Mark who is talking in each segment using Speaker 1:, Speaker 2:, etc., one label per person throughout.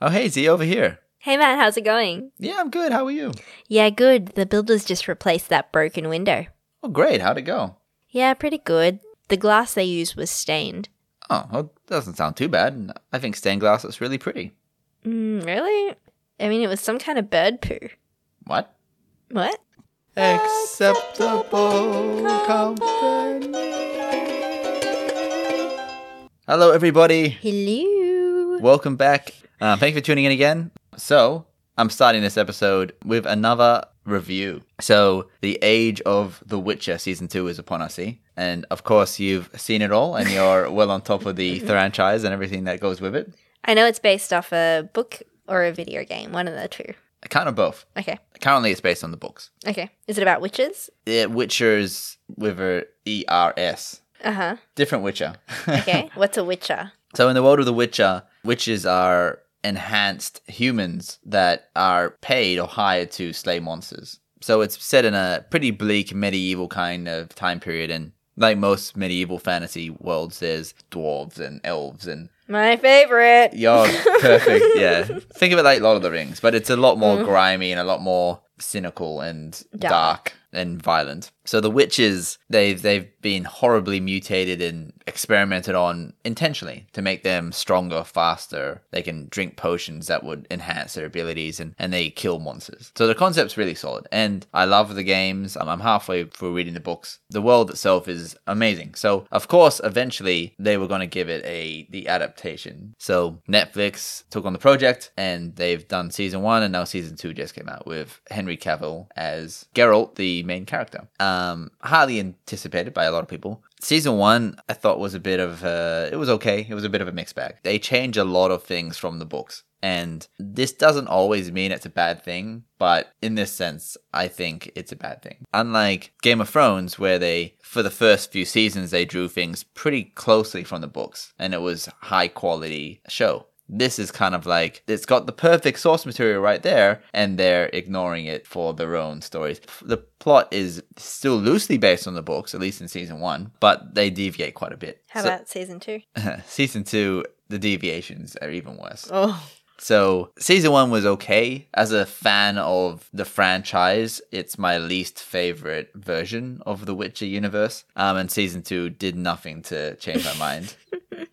Speaker 1: Oh, hey, Z over here.
Speaker 2: Hey man, how's it going?
Speaker 1: Yeah, I'm good. How are you?
Speaker 2: Yeah, good. The builders just replaced that broken window.
Speaker 1: Oh, great. How'd it go?
Speaker 2: Yeah, pretty good. The glass they used was stained.
Speaker 1: Oh, well, doesn't sound too bad. I think stained glass looks really pretty.
Speaker 2: Mm, really? I mean, it was some kind of bird poo.
Speaker 1: What?
Speaker 2: What?
Speaker 1: Acceptable company. Hello, everybody.
Speaker 2: Hello.
Speaker 1: Welcome back. Um, thank you for tuning in again. So, I'm starting this episode with another review. So, The Age of the Witcher Season 2 is upon us, see? And of course, you've seen it all and you're well on top of the franchise and everything that goes with it.
Speaker 2: I know it's based off a book or a video game, one of the two.
Speaker 1: Kind of both.
Speaker 2: Okay.
Speaker 1: Currently, it's based on the books.
Speaker 2: Okay. Is it about witches?
Speaker 1: The Witcher's with a E R S.
Speaker 2: Uh huh.
Speaker 1: Different Witcher.
Speaker 2: Okay. What's a witcher?
Speaker 1: So in the world of The Witcher, witches are enhanced humans that are paid or hired to slay monsters. So it's set in a pretty bleak medieval kind of time period and like most medieval fantasy worlds there's dwarves and elves and
Speaker 2: My favorite.
Speaker 1: yeah, perfect. Yeah. Think of it like Lord of the Rings, but it's a lot more grimy and a lot more cynical and
Speaker 2: Dark.
Speaker 1: dark and violent. So the witches, they've they've been horribly mutated and experimented on intentionally to make them stronger, faster. They can drink potions that would enhance their abilities and, and they kill monsters. So the concept's really solid. And I love the games. I'm, I'm halfway through reading the books. The world itself is amazing. So of course eventually they were gonna give it a the adaptation. So Netflix took on the project and they've done season one and now season two just came out with Henry Cavill as Geralt, the main character. Um, highly anticipated by a lot of people. Season one, I thought was a bit of a, it was okay. It was a bit of a mixed bag. They change a lot of things from the books. And this doesn't always mean it's a bad thing, but in this sense, I think it's a bad thing. Unlike Game of Thrones, where they, for the first few seasons, they drew things pretty closely from the books and it was high quality show. This is kind of like it's got the perfect source material right there, and they're ignoring it for their own stories. The plot is still loosely based on the books, at least in season one, but they deviate quite a bit.
Speaker 2: How
Speaker 1: So-
Speaker 2: about season two?
Speaker 1: season two? The deviations are even worse.
Speaker 2: Oh.
Speaker 1: So season one was okay. As a fan of the franchise, it's my least favorite version of the Witcher universe. Um, and season two did nothing to change my mind.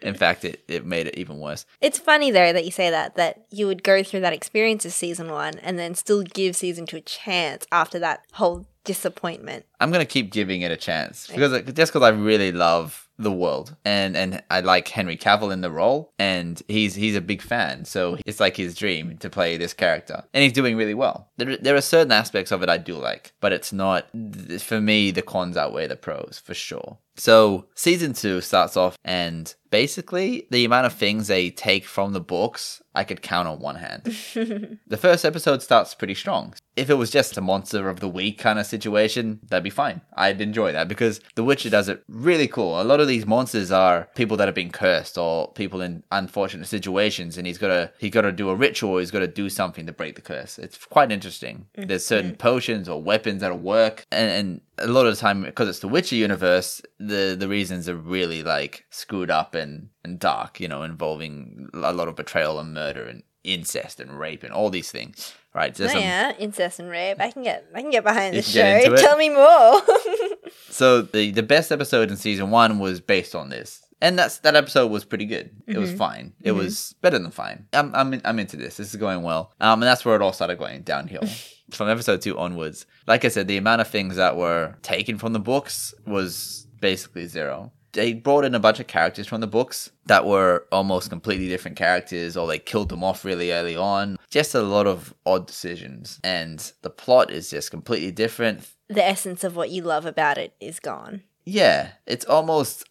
Speaker 1: In fact, it, it made it even worse.
Speaker 2: It's funny though that you say that that you would go through that experience of season one and then still give season two a chance after that whole disappointment.
Speaker 1: I'm gonna keep giving it a chance because just because I really love the world and and I like Henry Cavill in the role and he's he's a big fan so it's like his dream to play this character and he's doing really well there, there are certain aspects of it I do like but it's not th- for me the cons outweigh the pros for sure so season 2 starts off and basically the amount of things they take from the books I could count on one hand the first episode starts pretty strong. If it was just a monster of the week kind of situation, that'd be fine. I'd enjoy that because The Witcher does it really cool. A lot of these monsters are people that have been cursed or people in unfortunate situations, and he's gotta he gotta do a ritual. He's gotta do something to break the curse. It's quite interesting. There's certain potions or weapons that'll work, and, and a lot of the time because it's the Witcher universe, the the reasons are really like screwed up and and dark, you know, involving a lot of betrayal and murder and incest and rape and all these things, right? So
Speaker 2: Oh,
Speaker 1: some-
Speaker 2: yeah, incest and rape. I can get I can get behind
Speaker 1: You
Speaker 2: the
Speaker 1: can get
Speaker 2: show.
Speaker 1: into it.
Speaker 2: Tell me more.
Speaker 1: So the the best episode in season one was based on this, and that's that episode was pretty good. It was fine. It was better than fine. I'm I'm I'm into this. This is going well. Um, and that's where it all started going downhill. from episode two onwards, like I said, the amount of things that were taken from the books was basically zero. They brought in a bunch of characters from the books that were almost completely different characters, or they killed them off really early on. Just a lot of odd decisions, and the plot is just completely different
Speaker 2: the essence of what you love about it is gone.
Speaker 1: yeah, it's almost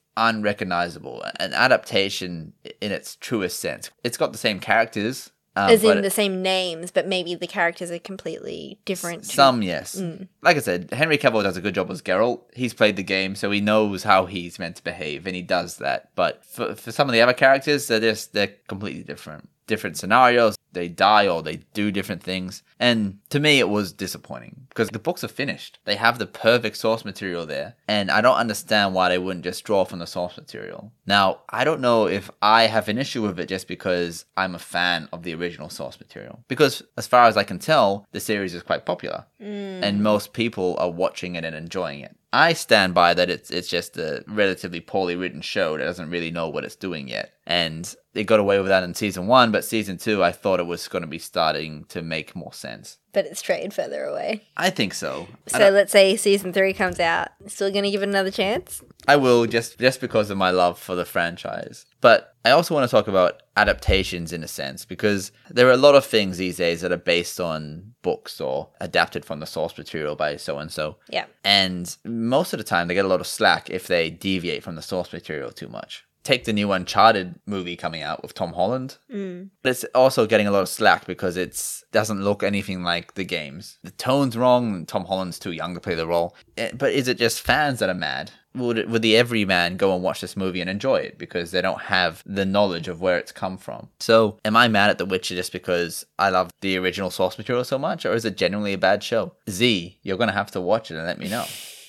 Speaker 1: unrecognizable. An adaptation in its truest sense. It's got the same characters. Um,
Speaker 2: As
Speaker 1: but
Speaker 2: in the same names, but maybe the characters are completely different. to-
Speaker 1: some, yes.
Speaker 2: Mm.
Speaker 1: Like I said, Henry Cavill does a good job as Geralt. He's played the game, so he knows how he's meant to behave, and he does that. But for, for some of the other characters, they're just they're completely different, different scenarios. they die or they do different things. And to me, it was disappointing because the books are finished. They have the perfect source material there. And I don't understand why they wouldn't just draw from the source material. Now, I don't know if I have an issue with it just because I'm a fan of the original source material. Because as far as I can tell, the series is quite popular and most people are watching it and enjoying it. I stand by that it's it's just a relatively poorly written show that doesn't really know what it's doing yet. And it got away with that in season one, but season two I thought it was gonna be starting to make more sense.
Speaker 2: but it's strayed further away.
Speaker 1: I think so. I
Speaker 2: So let's say season three comes out. Still gonna give it another chance?
Speaker 1: I will just just because of my love for the franchise. But I also want to talk about adaptations in a sense because there are a lot of things these days that are based on books or adapted from the source material by so and so.
Speaker 2: Yeah.
Speaker 1: And most of the time they get a lot of slack if they deviate from the source material too much. Take the new Uncharted movie coming out with Tom Holland.
Speaker 2: Mm.
Speaker 1: But it's also getting a lot of slack because it's doesn't look anything like the games. The tone's wrong. and Tom Holland's too young to play the role. Eh, But is it just fans that are mad? Would it, would the everyman go and watch this movie and enjoy it because they don't have the knowledge of where it's come from? So, am I mad at The Witcher just because I love the original source material so much, or is it genuinely a bad show? Z, you're gonna have to watch it and let me know.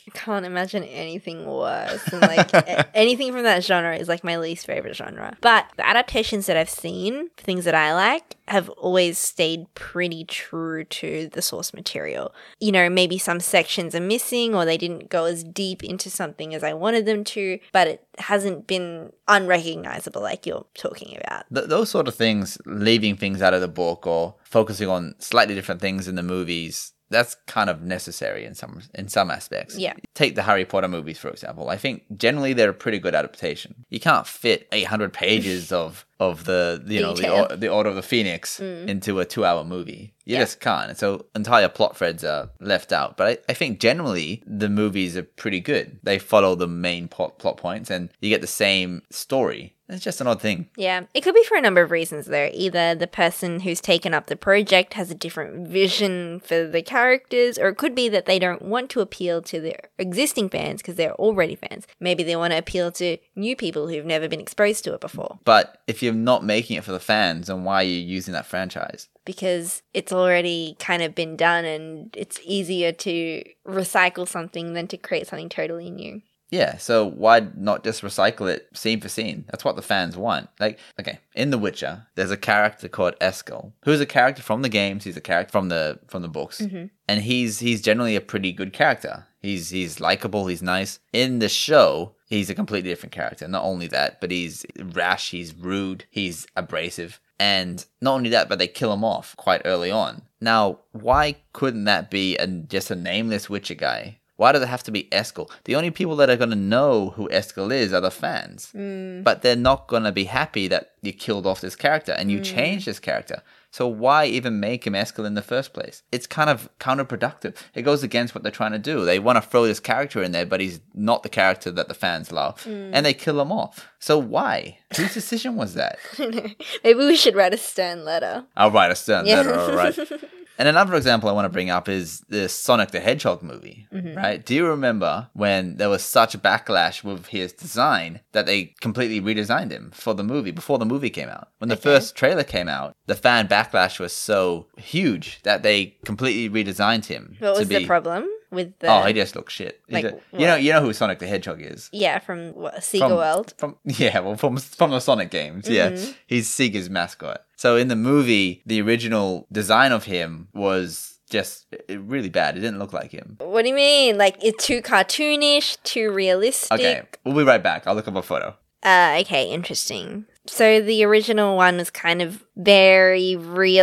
Speaker 2: I can't imagine anything worse. than, like a- anything from that genre is like my least favorite genre. But the adaptations that I've seen, things that I like, have always stayed pretty true to the source material. You know, maybe some sections are missing or they didn't go as deep into something as I wanted them to, but it hasn't been unrecognizable like you're talking about.
Speaker 1: Th- those sort of things, leaving things out of the book or focusing on slightly different things in the movies, that's kind of necessary in some in some aspects.
Speaker 2: Yeah.
Speaker 1: Take the Harry Potter movies for example. I think generally they're a pretty good adaptation. You can't fit 800 pages of of the you know the,
Speaker 2: Detail. Mm.
Speaker 1: or- the Order of the Phoenix into a 2-hour movie. You
Speaker 2: Yeah.
Speaker 1: just can't. And so entire plot threads are left out. But I, I think generally the movies are pretty good. They follow the main plot, plot points and you get the same story. It's just an odd thing.
Speaker 2: Yeah, it could be for a number of reasons though. Either the person who's taken up the project has a different vision for the characters, or it could be that they don't want to appeal to their existing fans because they're already fans. Maybe they want to appeal to new people who've never been exposed to it before
Speaker 1: But if you're not making it for the fans, then why are you using that franchise?
Speaker 2: because it's already kind of been done and it's easier to recycle something than to create something totally new.
Speaker 1: Yeah, so why not just recycle it scene for scene? That's what the fans want. Like, okay, in The Witcher, there's a character called Eskel, who's a character from the games. He's a character from the from the books, and he's he's generally a pretty good character. He's he's likable. He's nice. In the show, he's a completely different character. Not only that, but he's rash. He's rude. He's abrasive. And not only that, but they kill him off quite early on. Now, why couldn't that be a, just a nameless Witcher guy? Why does it have to be Eskel? The only people that are going to know who Eskel is are the fans. But they're not going to be happy that you killed off this character and you changed this character. So why even make him Eskel in the first place? It's kind of counterproductive. It goes against what they're trying to do. They want to throw this character in there, but he's not the character that the fans love. And they kill him off. So why? Whose decision was that?
Speaker 2: Maybe we should write a stern letter.
Speaker 1: I'll write a stern
Speaker 2: Yeah.
Speaker 1: letter, all right. And another example I want to bring up is the Sonic the Hedgehog movie,
Speaker 2: Mm-hmm.
Speaker 1: right? Do you remember when there was such backlash with his design that they completely redesigned him for the movie before the movie came out? When the first trailer came out, the fan backlash was so huge that they completely redesigned him.
Speaker 2: What
Speaker 1: to
Speaker 2: was
Speaker 1: be-
Speaker 2: the problem with the?
Speaker 1: Oh, he just looks shit. He
Speaker 2: Like,
Speaker 1: just-
Speaker 2: what?
Speaker 1: you know, you know who Sonic the Hedgehog is.
Speaker 2: yeah, from what, Sega
Speaker 1: From-
Speaker 2: World.
Speaker 1: From yeah, well, from from the Sonic games, yeah, he's Sega's mascot. So in the movie, the original design of him was just eh, really bad. It didn't look like him.
Speaker 2: What do you mean? Like it's too cartoonish, too realistic.
Speaker 1: Okay, we'll be right back. I'll look up a photo.
Speaker 2: Uh, okay, interesting. So the original one was kind of very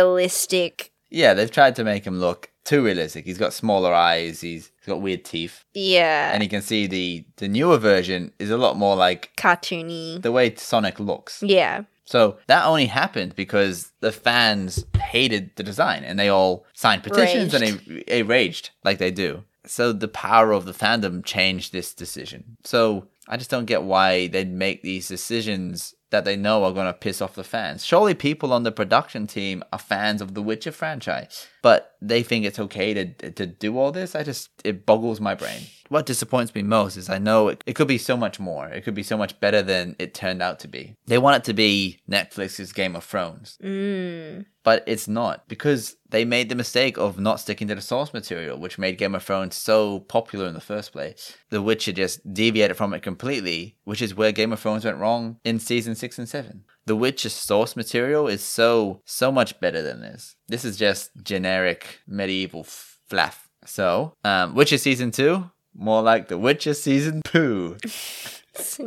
Speaker 2: realistic.
Speaker 1: Yeah, they've tried to make him look too realistic. He's got smaller eyes. He's, he's got weird teeth,
Speaker 2: Yeah.
Speaker 1: and you can see the the newer version is a lot more like
Speaker 2: cartoony.
Speaker 1: the way Sonic looks.
Speaker 2: yeah.
Speaker 1: So that only happened because the fans hated the design and they all signed petitions and they, they raged like they do. So the power of the fandom changed this decision. So I just don't get why they'd make these decisions that they know are going to piss off the fans. Surely people on the production team are fans of the Witcher franchise, but they think it's okay to to do all this. I just it boggles my brain. what disappoints me most is I know it, it could be so much more. It could be so much better than it turned out to be. They want it to be Netflix's Game of Thrones,
Speaker 2: Mm.
Speaker 1: but it's not because they made the mistake of not sticking to the source material, which made Game of Thrones so popular in the first place. The Witcher just deviated from it completely, which is where Game of Thrones went wrong in season six and seven. The Witcher's source material is so, so much better than this. This is just generic medieval f- fluff. So, um, Witcher season two, more like The Witcher season two.
Speaker 2: S-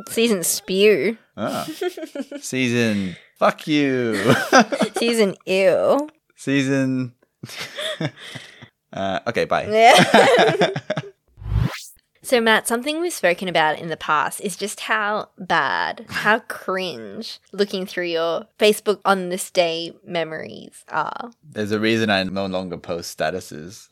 Speaker 2: Season spew.
Speaker 1: Ah. season fuck you.
Speaker 2: Season ew.
Speaker 1: season. uh, okay, bye.
Speaker 2: Yeah. so Matt, something we've spoken about in the past is just how bad, how cringe looking through your Facebook on this day memories are.
Speaker 1: There's a reason I no longer post statuses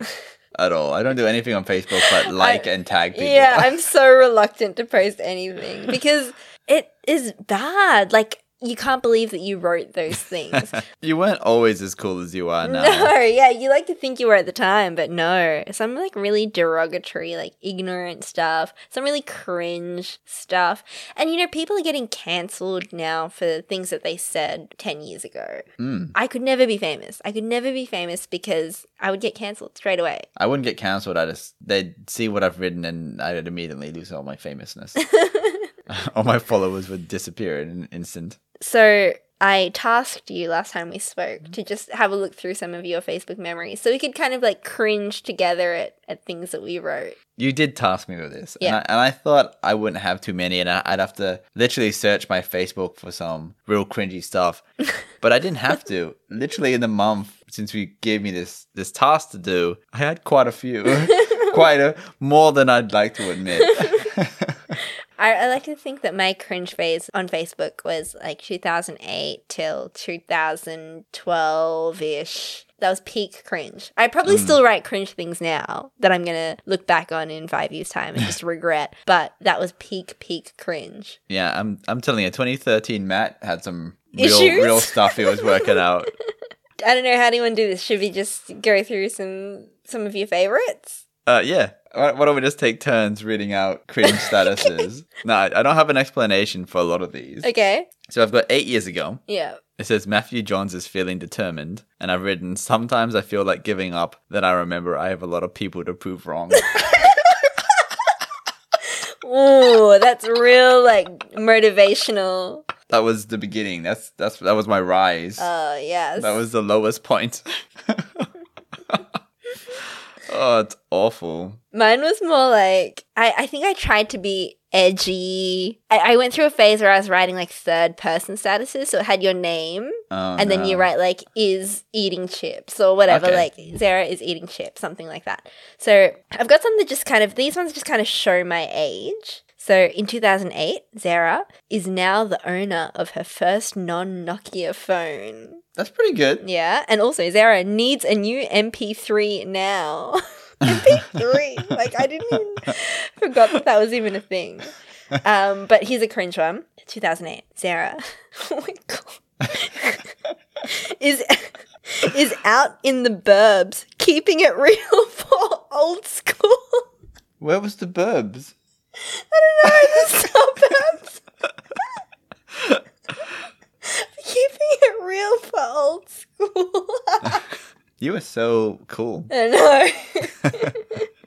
Speaker 1: at all. I don't do anything on Facebook but like and tag people.
Speaker 2: Yeah, I'm so reluctant to post anything because it is bad. Like you can't believe that you wrote those things.
Speaker 1: you weren't always as cool as you are now.
Speaker 2: No, yeah, you like to think you were at the time, but no. Some like really derogatory, like ignorant stuff, some really cringe stuff. And you know, people are getting cancelled now for things that they said 10 years ago.
Speaker 1: Mm.
Speaker 2: I could never be famous. I could never be famous because I would get cancelled straight away.
Speaker 1: I wouldn't get cancelled. I just they'd see what I've written and I'd immediately lose all my famousness. all my followers would disappear in an instant.
Speaker 2: So I tasked you last time we spoke to just have a look through some of your Facebook memories so we could kind of like cringe together at, at things that we wrote.
Speaker 1: You did task me with this.
Speaker 2: Yeah.
Speaker 1: And, I, and I thought I wouldn't have too many, and I, I'd have to literally search my Facebook for some real cringy stuff. but I didn't have to. Literally, in the month since you gave me this this task to do, I had quite a few, quite a more than I'd like to admit.
Speaker 2: I, I like to think that my cringe phase on Facebook was like 2008 till 2012 ish. That was peak cringe. I probably still write cringe things now that I'm going to look back on in five years' time and just regret, but that was peak, peak cringe.
Speaker 1: yeah, I'm I'm telling you, 2013, Matt had some real
Speaker 2: Issues?
Speaker 1: real stuff he was working out.
Speaker 2: I don't know how anyone do this. Should we just go through some some of your favorites?
Speaker 1: Uh, yeah. Why, why don't we just take turns reading out cringe statuses? no, I I don't have an explanation for a lot of these.
Speaker 2: Okay.
Speaker 1: So I've got eight years ago.
Speaker 2: Yeah.
Speaker 1: It says Matthew Johns is feeling determined, and I've written, Sometimes I feel like giving up, then I remember I have a lot of people to prove wrong.
Speaker 2: Ooh, that's real like motivational.
Speaker 1: that was the beginning. That's that's that was my rise.
Speaker 2: Oh, yes.
Speaker 1: that was the lowest point. oh, it's awful.
Speaker 2: Mine was more like I, I think I tried to be edgy. I, I went through a phase where I was writing like third person statuses, so it had your name,
Speaker 1: Oh,
Speaker 2: and then
Speaker 1: no.
Speaker 2: you write like is eating chips or whatever,
Speaker 1: Okay.
Speaker 2: like Sarah is eating chips, something like that. So I've got some that just kind of these ones just kind of show my age. So in 2008, Zara is now the owner of her first non Nokia phone.
Speaker 1: That's pretty good.
Speaker 2: Yeah, and also Zara needs a new MP3 now. MP3, like I didn't even forgot that that was even a thing. Um, but here's a cringe one. 2008, Sarah. Oh my god, is is out in the burbs, keeping it real for old school.
Speaker 1: Where was the burbs?
Speaker 2: the suburbs. Keeping it real for old school.
Speaker 1: You were so cool.
Speaker 2: I know.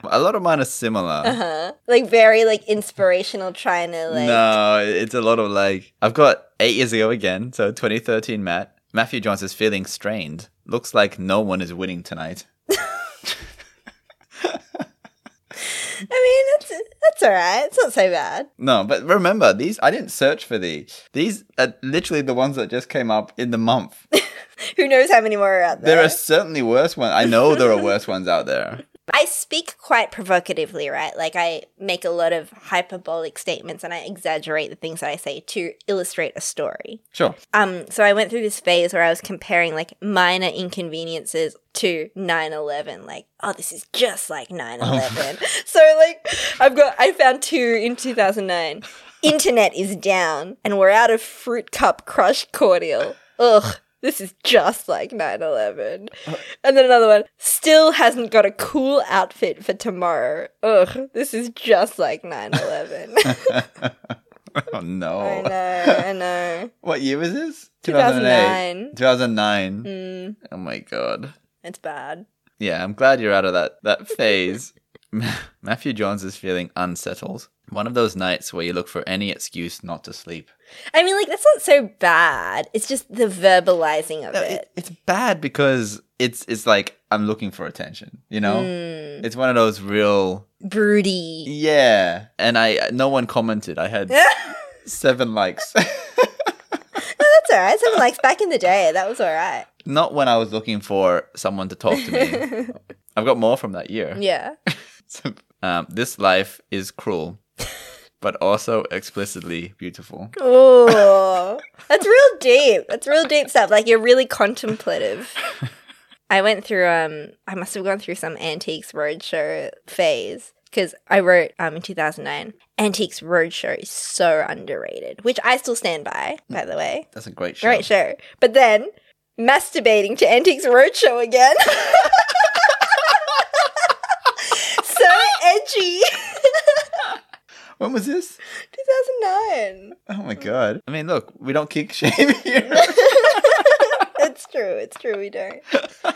Speaker 1: A lot of mine are similar.
Speaker 2: Uh-huh. Like very like inspirational trying to like
Speaker 1: no, it's a lot of like. I've got eight years ago again, so 2013, Matt. Matthew Johns is feeling strained. Looks like no one is winning tonight.
Speaker 2: I mean that's that's alright. It's not so bad.
Speaker 1: No, but remember, these, I didn't search for these. These are literally the ones that just came up in the month.
Speaker 2: Who knows how many more are out there?
Speaker 1: There are certainly worse ones. I know there are worse ones out there.
Speaker 2: I speak quite provocatively, right? Like I make a lot of hyperbolic statements and I exaggerate the things that I say to illustrate a story.
Speaker 1: Sure.
Speaker 2: Um so I went through this phase where I was comparing like minor inconveniences to 9/11 like oh this is just like 9/11. so like I've got I found two in 2009. Internet is down and we're out of fruit cup crush cordial. Ugh. This is just like 9 11. And then another one, still hasn't got a cool outfit for tomorrow. Ugh, this is just like 9 11.
Speaker 1: oh
Speaker 2: I
Speaker 1: no.
Speaker 2: know, I know.
Speaker 1: What year was this?
Speaker 2: 2009.
Speaker 1: 2009.
Speaker 2: Mm,
Speaker 1: Oh my god.
Speaker 2: it's bad.
Speaker 1: Yeah, I'm glad you're out of that that phase. Matthew Johns is feeling unsettled. One of those nights where you look for any excuse not to sleep.
Speaker 2: I mean, like, that's not so bad. It's just the verbalizing of
Speaker 1: No,
Speaker 2: it.
Speaker 1: it- it's bad because it's it's like I'm looking for attention, you know?
Speaker 2: Mm,
Speaker 1: It's one of those real
Speaker 2: broody.
Speaker 1: yeah. And I no one commented. I had
Speaker 2: that's
Speaker 1: seven likes.
Speaker 2: Oh, all right. Someone likes back in the day. That was all right.
Speaker 1: Not when I was looking for someone to talk to me. I've got more from that year.
Speaker 2: yeah.
Speaker 1: um, this life is cruel, but also explicitly beautiful.
Speaker 2: Oh, that's real deep. That's real deep stuff. Like you're really contemplative. I went through um I must have gone through some antiques roadshow phase because I wrote um in 2009 antiques roadshow is so underrated, which I still stand by by the way.
Speaker 1: That's a great show.
Speaker 2: Great show. But then masturbating to antiques roadshow again. so edgy.
Speaker 1: When was this?
Speaker 2: 2009.
Speaker 1: Oh my god. I mean, look, we don't kick shame here.
Speaker 2: It's true. It's true. We don't.
Speaker 1: All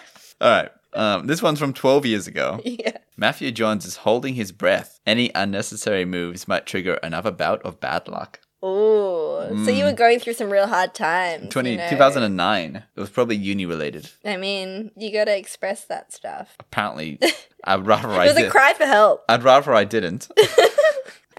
Speaker 1: right. Um, this one's from 12 years ago.
Speaker 2: Yeah.
Speaker 1: Matthew Johns is holding his breath. Any unnecessary moves might trigger another bout of bad luck.
Speaker 2: Oh, so you were going through some real hard times.
Speaker 1: 20,
Speaker 2: you know?
Speaker 1: 2009. It was probably uni related.
Speaker 2: I mean, you got to express that stuff.
Speaker 1: Apparently, I'd rather
Speaker 2: It
Speaker 1: I
Speaker 2: was a
Speaker 1: did.
Speaker 2: cry for help.
Speaker 1: I'd rather I didn't.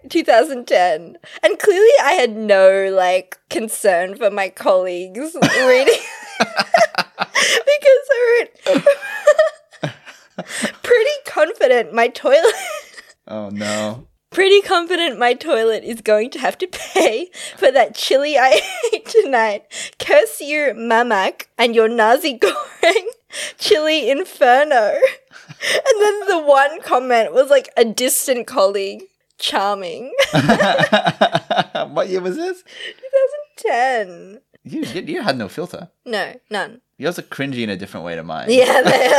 Speaker 2: 2010, and clearly I had no like concern for my colleagues reading because I wrote pretty confident my toilet.
Speaker 1: Oh no.
Speaker 2: Pretty confident my toilet is going to have to pay for that chili I ate tonight. Curse you, Mamak, and your Nazi goring chili inferno. And then the one comment was like a distant colleague. Charming.
Speaker 1: what year was this?
Speaker 2: 10.
Speaker 1: You, you, you had no filter.
Speaker 2: No, none.
Speaker 1: Yours are cringy in a different way to mine.
Speaker 2: Yeah, they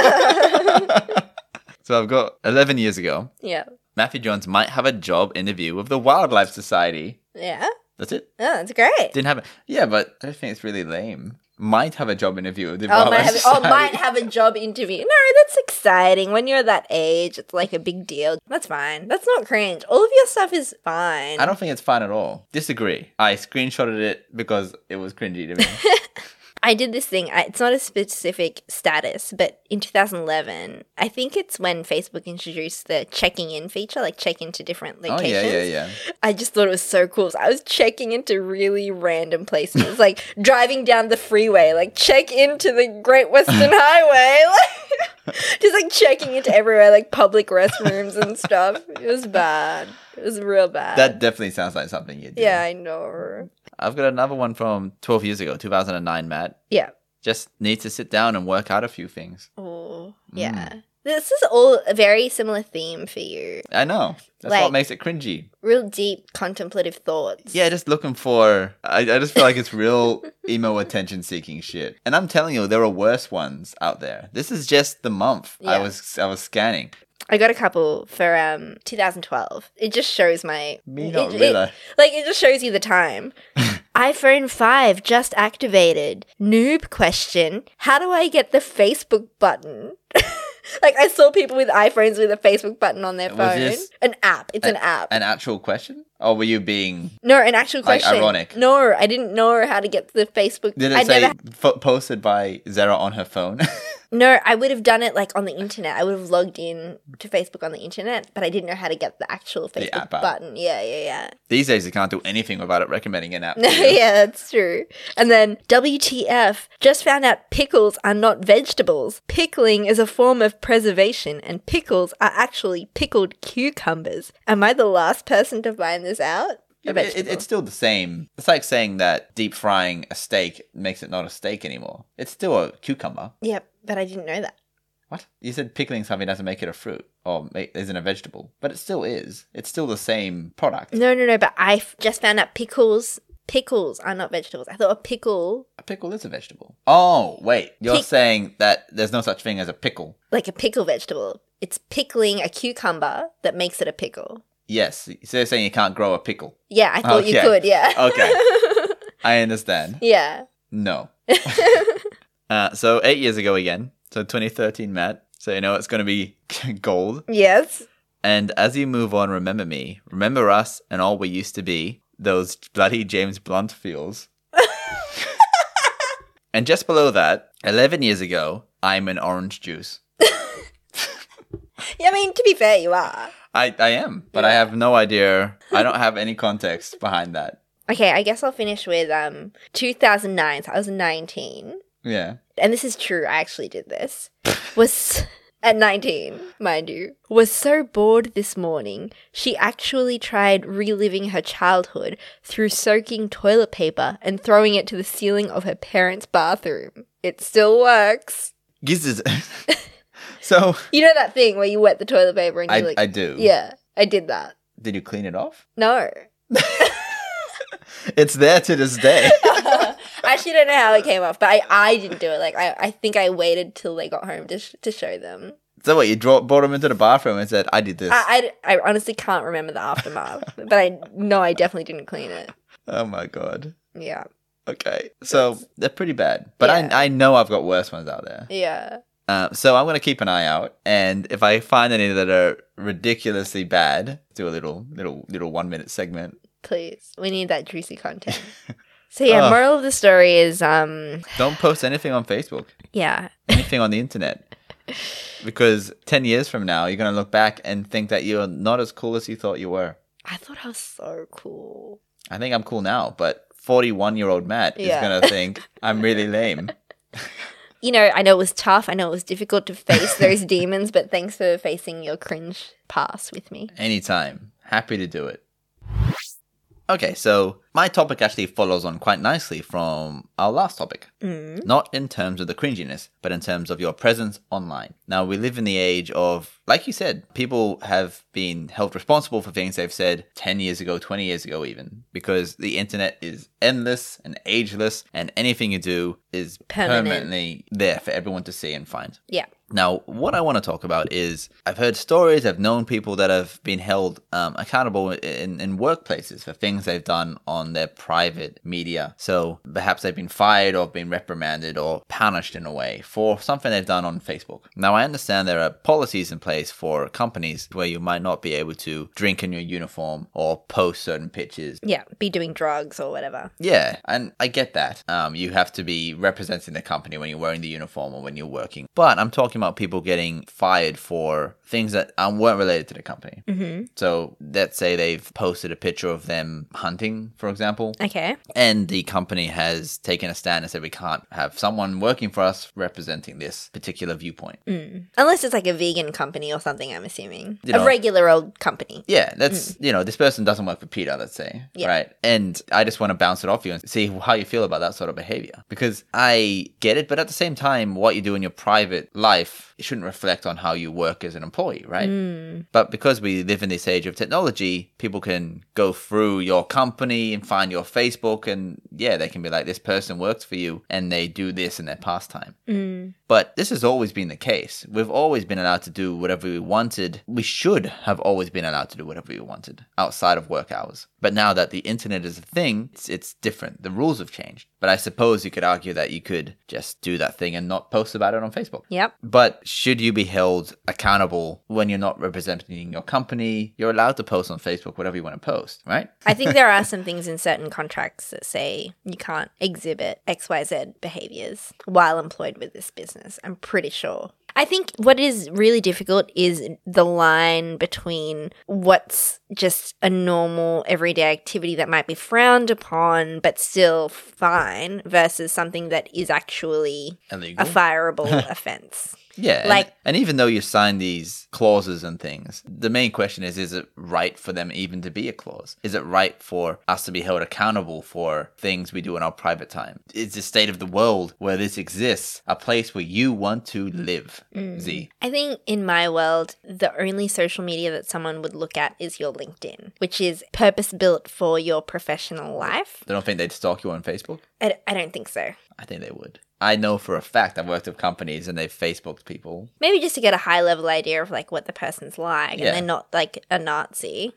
Speaker 2: are.
Speaker 1: So I've got 11 years ago.
Speaker 2: yeah.
Speaker 1: Matthew Johns might have a job interview with the Wildlife Society.
Speaker 2: Yeah.
Speaker 1: That's it.
Speaker 2: Oh, that's great.
Speaker 1: Didn't happen. Yeah, but I just think it's really lame. Might have a job interview with the
Speaker 2: Oh, might
Speaker 1: Wildlife
Speaker 2: have, oh,
Speaker 1: Society.
Speaker 2: might have a job interview. No, that's exciting. When you're that age, it's like a big deal. That's fine. That's not cringe. All of your stuff is fine.
Speaker 1: I don't think it's fun at all. Disagree. I screenshotted it because it was cringy to me.
Speaker 2: I did this thing. I, it's not a specific status, but in 2011, I think it's when Facebook introduced the checking in feature, like check into different
Speaker 1: oh,
Speaker 2: locations.
Speaker 1: yeah, yeah, yeah.
Speaker 2: I just thought it was so cool. So I was checking into really random places, like driving down the freeway, like check into the Great Western Highway, like just like checking into everywhere, like public restrooms and stuff. It was bad. It was real bad.
Speaker 1: That definitely sounds like something you do.
Speaker 2: Uh, yeah, I know.
Speaker 1: I've got another one from 12 years ago, 2009, Matt.
Speaker 2: Yeah.
Speaker 1: Just need to sit down and work out a few things.
Speaker 2: Oh, yeah.
Speaker 1: Mm.
Speaker 2: This is all a very similar theme for you.
Speaker 1: I know. That's
Speaker 2: Like-
Speaker 1: what makes it cringy.
Speaker 2: Real deep contemplative thoughts.
Speaker 1: Yeah, just looking for. I, I just feel like it's real emo attention seeking shit. And I'm telling you, there are worse ones out there. This is just the month I
Speaker 2: Yeah.
Speaker 1: was I was scanning.
Speaker 2: I got a couple for um 2012. It just shows my
Speaker 1: Me not
Speaker 2: it- it-
Speaker 1: really.
Speaker 2: Like it just shows you the time. iPhone 5 just activated. Noob question. How do I get the Facebook button? like I saw people with iPhones with a Facebook button on their
Speaker 1: Was
Speaker 2: phone.
Speaker 1: this-
Speaker 2: an app. It's an, app.
Speaker 1: An actual question, or were you being?
Speaker 2: no, an actual
Speaker 1: Like,
Speaker 2: question.
Speaker 1: ironic.
Speaker 2: No, I didn't know how to get the Facebook.
Speaker 1: Did it
Speaker 2: I
Speaker 1: say
Speaker 2: never.
Speaker 1: fo- posted by Zara on her phone?
Speaker 2: No, I would have done it like on the internet. I would have logged in to Facebook on the internet, but I didn't know how to get the actual Facebook
Speaker 1: app app.
Speaker 2: button. Yeah, yeah, yeah.
Speaker 1: These days, you can't do anything without it recommending an app. to
Speaker 2: No,
Speaker 1: you.
Speaker 2: yeah, that's true. And then WTF just found out pickles are not vegetables. Pickling is a form of preservation, and pickles are actually pickled cucumbers. Am I the last person to find this out?
Speaker 1: Yeah,
Speaker 2: A
Speaker 1: but it- it-
Speaker 2: vegetable.
Speaker 1: it's still the same. It's like saying that deep frying a steak makes it not a steak anymore. It's still a cucumber.
Speaker 2: yeah, but I didn't know that.
Speaker 1: What? You said pickling something doesn't make it a fruit or ma- isn't a vegetable, but it still is. It's still the same product.
Speaker 2: No, no, no. But I f- just found out pickles Pickles are not vegetables. I thought a pickle,
Speaker 1: A pickle is a vegetable. Oh, wait. You're
Speaker 2: Pick-
Speaker 1: saying that there's no such thing as a pickle.
Speaker 2: like a pickle vegetable, it's pickling a cucumber that makes it a pickle.
Speaker 1: Yes. So you're saying you can't grow a pickle.
Speaker 2: Yeah, I thought you
Speaker 1: Okay.
Speaker 2: could. Yeah.
Speaker 1: Okay. I understand.
Speaker 2: yeah.
Speaker 1: No. Uh, so eight years ago again. So 2013, Matt. So you know it's going to be gold.
Speaker 2: yes.
Speaker 1: And as you move on, remember me. Remember us and all we used to be. Those bloody James Blunt feels. and just below that, 11 years ago, I'm an orange juice.
Speaker 2: Yeah, I mean, to be fair, you are.
Speaker 1: I, I am, but I
Speaker 2: Yeah.
Speaker 1: have no idea. I don't have any context behind that.
Speaker 2: Okay, I guess I'll finish with um 2009. So I was 19.
Speaker 1: Yeah.
Speaker 2: and this is true, I actually did this, was at 19, mind you, was so bored this morning, she actually tried reliving her childhood through soaking toilet paper and throwing it to the ceiling of her parents' bathroom. It still works.
Speaker 1: This is- so
Speaker 2: You know that thing where you wet the toilet paper and you
Speaker 1: I,
Speaker 2: like,
Speaker 1: I do.
Speaker 2: yeah, I did that.
Speaker 1: Did you clean it off?
Speaker 2: No.
Speaker 1: It's there to this day.
Speaker 2: I actually don't know how it came off, but I, I didn't do it. Like, I, I think I waited till they got home to, sh- to show them.
Speaker 1: so what, you draw, brought him into the bathroom and said, I did this.
Speaker 2: I, I, I honestly can't remember the aftermath, but I know I definitely didn't clean it.
Speaker 1: oh my God.
Speaker 2: Yeah,
Speaker 1: Okay. So they're pretty bad. But
Speaker 2: Yeah.
Speaker 1: I, I know I've got worse ones out there.
Speaker 2: yeah.
Speaker 1: Uh, so I'm going to keep an eye out. And if I find any that are ridiculously bad, do a little, little, little one minute segment.
Speaker 2: Please, we need that juicy content. So yeah,
Speaker 1: Ugh.
Speaker 2: moral of the story is um
Speaker 1: Don't post anything on Facebook.
Speaker 2: yeah
Speaker 1: anything on the internet. Because 10 years from now, you're going to look back and think that you're not as cool as you thought you were.
Speaker 2: I thought I was so cool.
Speaker 1: I think I'm cool now, but 41 year old Matt
Speaker 2: Yeah.
Speaker 1: is going to think I'm really lame.
Speaker 2: You know, I know it was tough. I know it was difficult to face those demons, but thanks for facing your cringe past with me.
Speaker 1: Anytime. Happy to do it. Okay, so my topic actually follows on quite nicely from our last topic.
Speaker 2: Mm.
Speaker 1: Not in terms of the cringiness, but in terms of your presence online. Now, we live in the age of, like you said, people have been held responsible for things they've said 10 years ago, 20 years ago, even, because the internet is endless and ageless, and anything you do is
Speaker 2: Permanent.
Speaker 1: permanently there for everyone to see and find.
Speaker 2: Yeah.
Speaker 1: Now, what I want to talk about is I've heard stories, I've known people that have been held um, accountable in, in workplaces for things they've done on their private media. So perhaps they've been fired or been reprimanded or punished in a way for something they've done on Facebook. Now, I understand there are policies in place for companies where you might not be able to drink in your uniform or post certain pictures
Speaker 2: Yeah, be doing drugs or whatever.
Speaker 1: yeah, and I get that. Um, you have to be representing the company when you're wearing the uniform or when you're working. But I'm talking about people getting fired for things that um, weren't related to the company.
Speaker 2: Mm-hmm.
Speaker 1: So let's say they've posted a picture of them hunting, for example,
Speaker 2: Okay.
Speaker 1: and the company has taken a stand and said we can't have someone working for us representing this particular viewpoint.
Speaker 2: Mm. Unless it's like a vegan company or something, I'm assuming.
Speaker 1: You
Speaker 2: a
Speaker 1: know.
Speaker 2: regular old company.
Speaker 1: Yeah, that's you know this person doesn't work for Peter, let's say,
Speaker 2: Mm. Yeah.
Speaker 1: right? And I just want to bounce it off you and see how you feel about that sort of behavior because I get it, but at the same time, what you do in your private life it shouldn't reflect on how you work as an employee, right?
Speaker 2: Mm.
Speaker 1: But because we live in this age of technology, people can go through your company and find your Facebook, and yeah, they can be like, this person works for you, and they do this in their pastime.
Speaker 2: Mm.
Speaker 1: But this has always been the case. We've always been allowed to do whatever we wanted. We should have always been allowed to do whatever we wanted outside of work hours. But now that the internet is a thing, it's, it's different. The rules have changed. But I suppose you could argue that you could just do that thing and not post about it on Facebook.
Speaker 2: Yep.
Speaker 1: But should you be held accountable when you're not representing your company? You're allowed to post on Facebook whatever you want to post, right?
Speaker 2: I think there are some things in certain contracts that say you can't exhibit XYZ behaviors while employed with this business. I'm pretty sure. I think what is really difficult is the line between what's just a normal everyday activity that might be frowned upon but still fine versus something that is actually
Speaker 1: Illegal.
Speaker 2: a fireable offense.
Speaker 1: Yeah. and-
Speaker 2: Like-
Speaker 1: and, even though you sign these clauses and things, the main question is is it right for them even to be a clause? Is it right for us to be held accountable for things we do in our private time? Is the state of the world where this exists a place where you want to live, Z?
Speaker 2: I think in my world, the only social media that someone would look at is your LinkedIn, which is purpose built for your professional life.
Speaker 1: They don't think they'd stalk you on Facebook?
Speaker 2: I, I don't think so.
Speaker 1: I think they would. I know for a fact I've worked with companies and they've Facebooked people.
Speaker 2: Maybe just to get a high level idea of like what the person's like
Speaker 1: Yeah.
Speaker 2: and they're not like a Nazi.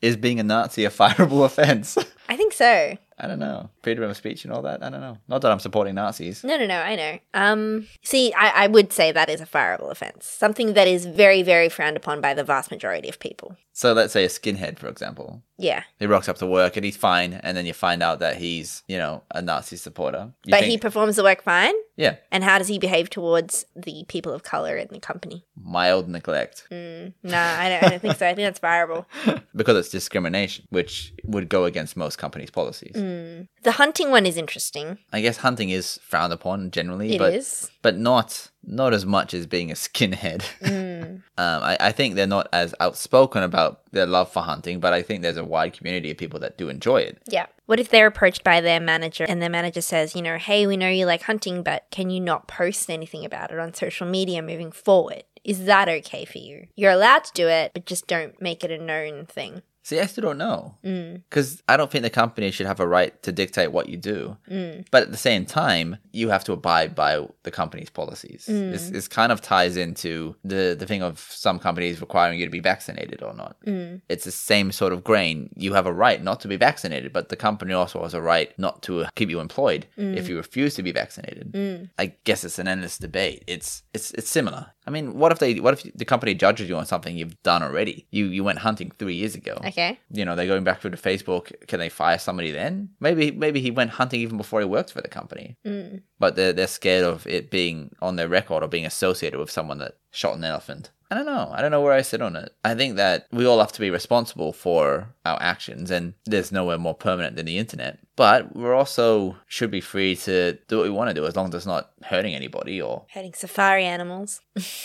Speaker 1: Is being a Nazi a fireable offense?
Speaker 2: I think so.
Speaker 1: I don't know. Freedom of speech and all that? I don't know. Not that I'm supporting Nazis.
Speaker 2: No, no, no, I know. Um, see, I, I would say that is a fireable offense, something that is very, very frowned upon by the vast majority of people.
Speaker 1: So let's say a skinhead, for example.
Speaker 2: Yeah.
Speaker 1: He rocks up to work and he's fine, and then you find out that he's, you know, a Nazi supporter. You
Speaker 2: but
Speaker 1: think-
Speaker 2: he performs the work fine.
Speaker 1: yeah,
Speaker 2: And how does he behave towards the people of color in the company?
Speaker 1: mild neglect
Speaker 2: Mm, nah, I don't, I don't think so. I think that's fireable.
Speaker 1: because it's discrimination, which would go against most companies' policies.
Speaker 2: Mm. The hunting one is interesting.
Speaker 1: I guess hunting is frowned upon generally,
Speaker 2: It is.
Speaker 1: but but not not as much as being a skinhead.
Speaker 2: Mm.
Speaker 1: Um, I, I think they're not as outspoken about their love for hunting, but I think there's a wide community of people that do enjoy it.
Speaker 2: Yeah. What if they're approached by their manager and their manager says, you know, hey, we know you like hunting, but can you not post anything about it on social media moving forward? Is that okay for you? You're allowed to do it, but just don't make it a known thing.
Speaker 1: See, I still don't know.
Speaker 2: Mm,
Speaker 1: Because I don't think the company should have a right to dictate what you do.
Speaker 2: mm,
Speaker 1: But at the same time, you have to abide by the company's policies.
Speaker 2: Mm.
Speaker 1: This, this kind of ties into the, the thing of some companies requiring you to be vaccinated or not.
Speaker 2: mm.
Speaker 1: It's the same sort of grain. You have a right not to be vaccinated, but the company also has a right not to uh, keep you employed if you refuse to be vaccinated.
Speaker 2: Mm.
Speaker 1: I guess it's an endless debate. It's it's it's similar. I mean, what if they what if the company judges you on something you've done already? You you went hunting three years ago
Speaker 2: Okay.
Speaker 1: you know, they're going back through to Facebook. Can they fire somebody then? Maybe maybe he went hunting even before he worked for the company.
Speaker 2: Mm.
Speaker 1: But they're, they're scared of it being on their record or being associated with someone that shot an elephant. I don't know. I don't know where I sit on it. I think that we all have to be responsible for our actions, and there's nowhere more permanent than the internet. But we're also should be free to do what we want to do as long as it's not hurting anybody or
Speaker 2: Hurting safari animals.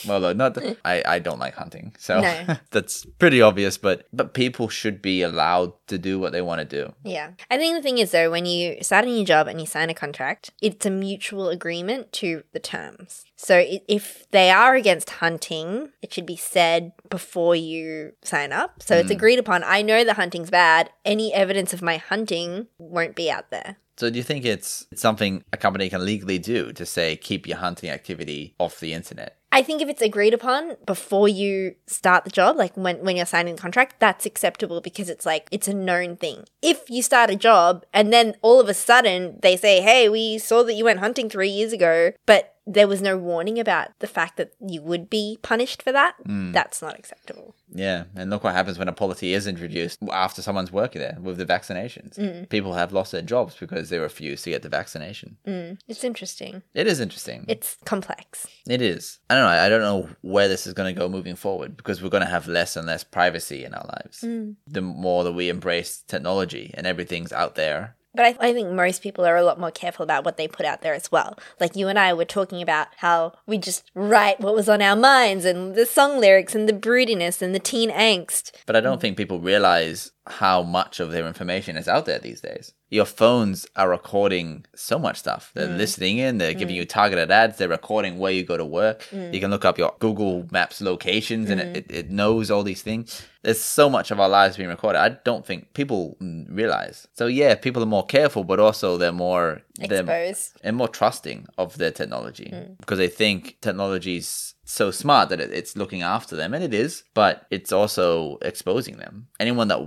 Speaker 1: well, no, not th- I, I don't like hunting, so
Speaker 2: No.
Speaker 1: that's pretty obvious. But but people should be allowed to do what they want to do.
Speaker 2: Yeah. I think the thing is, though, when you start a new job and you sign a contract, it's a mutual agreement to the terms. So i- if they are against hunting, it should be said before you sign up. So it's
Speaker 1: Mm.
Speaker 2: agreed upon. I know the hunting's bad. Any evidence of my hunting won't be out there.
Speaker 1: So do you think it's it's something a company can legally do to say keep your hunting activity off the internet?
Speaker 2: I think if it's agreed upon before you start the job, like when, when you're signing the contract, that's acceptable because it's like it's a known thing. If you start a job and then all of a sudden they say, Hey, we saw that you went hunting three years ago, but there was no warning about the fact that you would be punished for that,
Speaker 1: Mm.
Speaker 2: that's not acceptable.
Speaker 1: Yeah, and look what happens when a policy is introduced after someone's working there with the vaccinations.
Speaker 2: Mm.
Speaker 1: People have lost their jobs because they refuse to get the vaccination.
Speaker 2: Mm. It's interesting.
Speaker 1: It is interesting.
Speaker 2: It's complex.
Speaker 1: It is. I don't know. I don't know where this is going to go moving forward because we're going to have less and less privacy in our lives.
Speaker 2: Mm.
Speaker 1: The more that we embrace technology and everything's out there.
Speaker 2: But I, I think most people are a lot more careful about what they put out there as well. Like you and I were talking about how we just write what was on our minds and the song lyrics and the broodiness and the teen angst.
Speaker 1: But I don't think people realize how much of their information is out there these days. Your phones are recording so much stuff. They're listening in, they're giving you targeted ads, they're recording where you go to work. You can look up your Google Maps locations and it, it, it knows all these things. There's so much of our lives being recorded. I don't think people mm, realize. So, yeah, people are more careful, but also they're more. They're,
Speaker 2: Exposed.
Speaker 1: and more trusting of their technology because they think technology's so smart that it, it's looking after them and it is but it's also exposing them anyone that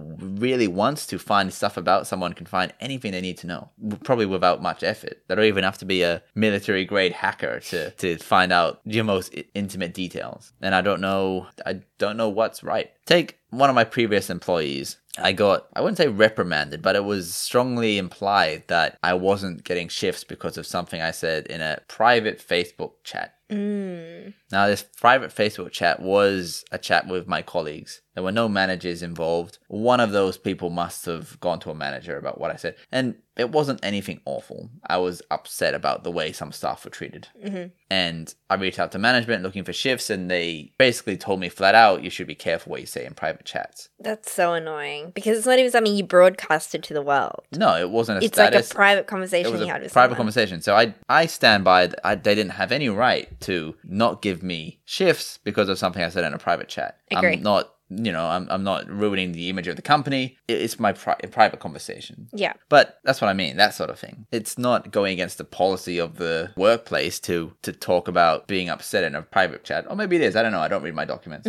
Speaker 1: really wants to find stuff about someone can find anything they need to know w- probably without much effort they don't even have to be a military grade hacker to to find out your most i- intimate details and i don't know i don't know what's right take one of my previous employees I got, I wouldn't say reprimanded, but it was strongly implied that I wasn't getting shifts because of something I said in a private Facebook chat.
Speaker 2: Mm.
Speaker 1: Now, this private Facebook chat was a chat with my colleagues. There were no managers involved. One of those people must have gone to a manager about what I said. And it wasn't anything awful. I was upset about the way some staff were treated.
Speaker 2: Mhm.
Speaker 1: And I reached out to management looking for shifts, and they basically told me flat out, you should be careful what you say in private chats.
Speaker 2: That's so annoying because it's not even something you broadcasted to the world.
Speaker 1: No, it wasn't a
Speaker 2: It's like a
Speaker 1: status.
Speaker 2: private
Speaker 1: it
Speaker 2: conversation
Speaker 1: was
Speaker 2: you
Speaker 1: a
Speaker 2: had
Speaker 1: private
Speaker 2: with someone.
Speaker 1: conversation. So I I stand by that I, they didn't have any right to not give me shifts because of something I said in a private chat.
Speaker 2: Agree.
Speaker 1: I'm not you know I'm, I'm not ruining the image of the company. It- It's my pri- private conversation.
Speaker 2: yeah,
Speaker 1: But that's what I mean, that sort of thing. It's not going against the policy of the workplace to to talk about being upset in a private chat. Or maybe it is. I don't know. I don't read my documents,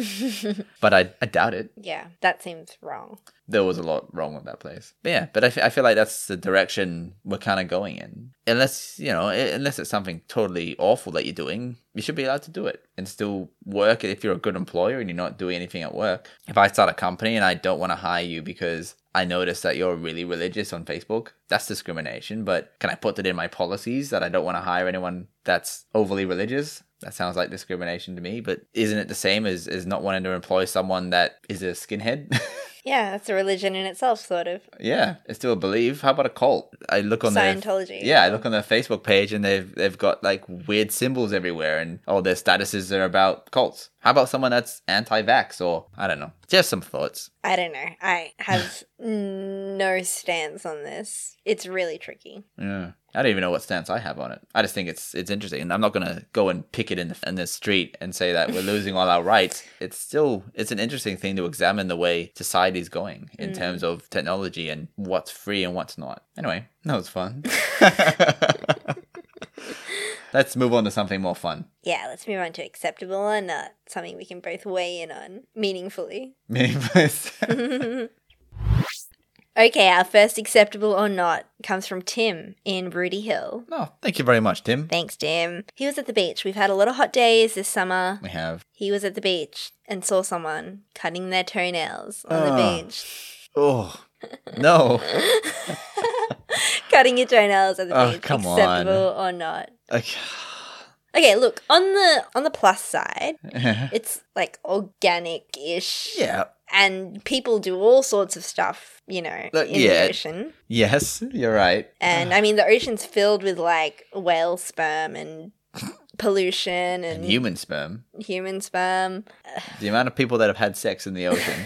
Speaker 1: but I, I doubt it
Speaker 2: yeah, that seems wrong.
Speaker 1: there was a lot wrong with that place. But yeah, but I, f- I feel like that's the direction we're kind of going in. Unless, you know, i- unless it's something totally awful that you're doing, you should be allowed to do it and still work if you're a good employer and you're not doing anything at work. If I start a company and I don't want to hire you because I notice that you're really religious on Facebook, that's discrimination. But can I put that in my policies that I don't want to hire anyone that's overly religious? That sounds like discrimination to me, but isn't it the same as, as not wanting to employ someone that is a skinhead?
Speaker 2: Yeah, that's a religion in itself, sort of.
Speaker 1: Yeah, it's still a belief. How about a cult? I look on their
Speaker 2: Scientology.
Speaker 1: yeah, I look on their Facebook page and they've they've got like weird symbols everywhere, and all their statuses are about cults. How about someone that's anti-vax or I don't know? Just some thoughts.
Speaker 2: I don't know. I have no stance on this. It's really tricky.
Speaker 1: Yeah, I don't even know what stance I have on it. I just think it's it's interesting, and I'm not gonna go and pick it in the in the street and say that we're losing all our rights. It's still it's an interesting thing to examine the way society's going in
Speaker 2: Mm.
Speaker 1: terms of technology and what's free and what's not. Anyway, that was fun. Let's move on to something more fun.
Speaker 2: Yeah, let's move on to acceptable or not. Something we can both weigh in on meaningfully.
Speaker 1: Meaningless.
Speaker 2: okay, our first acceptable or not comes from Tim in Rudy Hill.
Speaker 1: oh, thank you very much, Tim.
Speaker 2: Thanks, Tim. He was at the beach. We've had a lot of hot days this summer.
Speaker 1: We have.
Speaker 2: He was at the beach and saw someone cutting their toenails on
Speaker 1: Ah.
Speaker 2: the beach.
Speaker 1: Oh no.
Speaker 2: cutting your toenails at the
Speaker 1: Oh,
Speaker 2: beach,
Speaker 1: come on.
Speaker 2: acceptable or not.
Speaker 1: Okay.
Speaker 2: Okay, look on the on the plus side, it's like organic ish,
Speaker 1: yeah.
Speaker 2: and people do all sorts of stuff, you know,
Speaker 1: Look,
Speaker 2: in
Speaker 1: yeah.
Speaker 2: the ocean.
Speaker 1: Yes, you're right.
Speaker 2: And I mean, the ocean's filled with like whale sperm and pollution and,
Speaker 1: and human sperm.
Speaker 2: human sperm.
Speaker 1: The amount of people that have had sex in the ocean,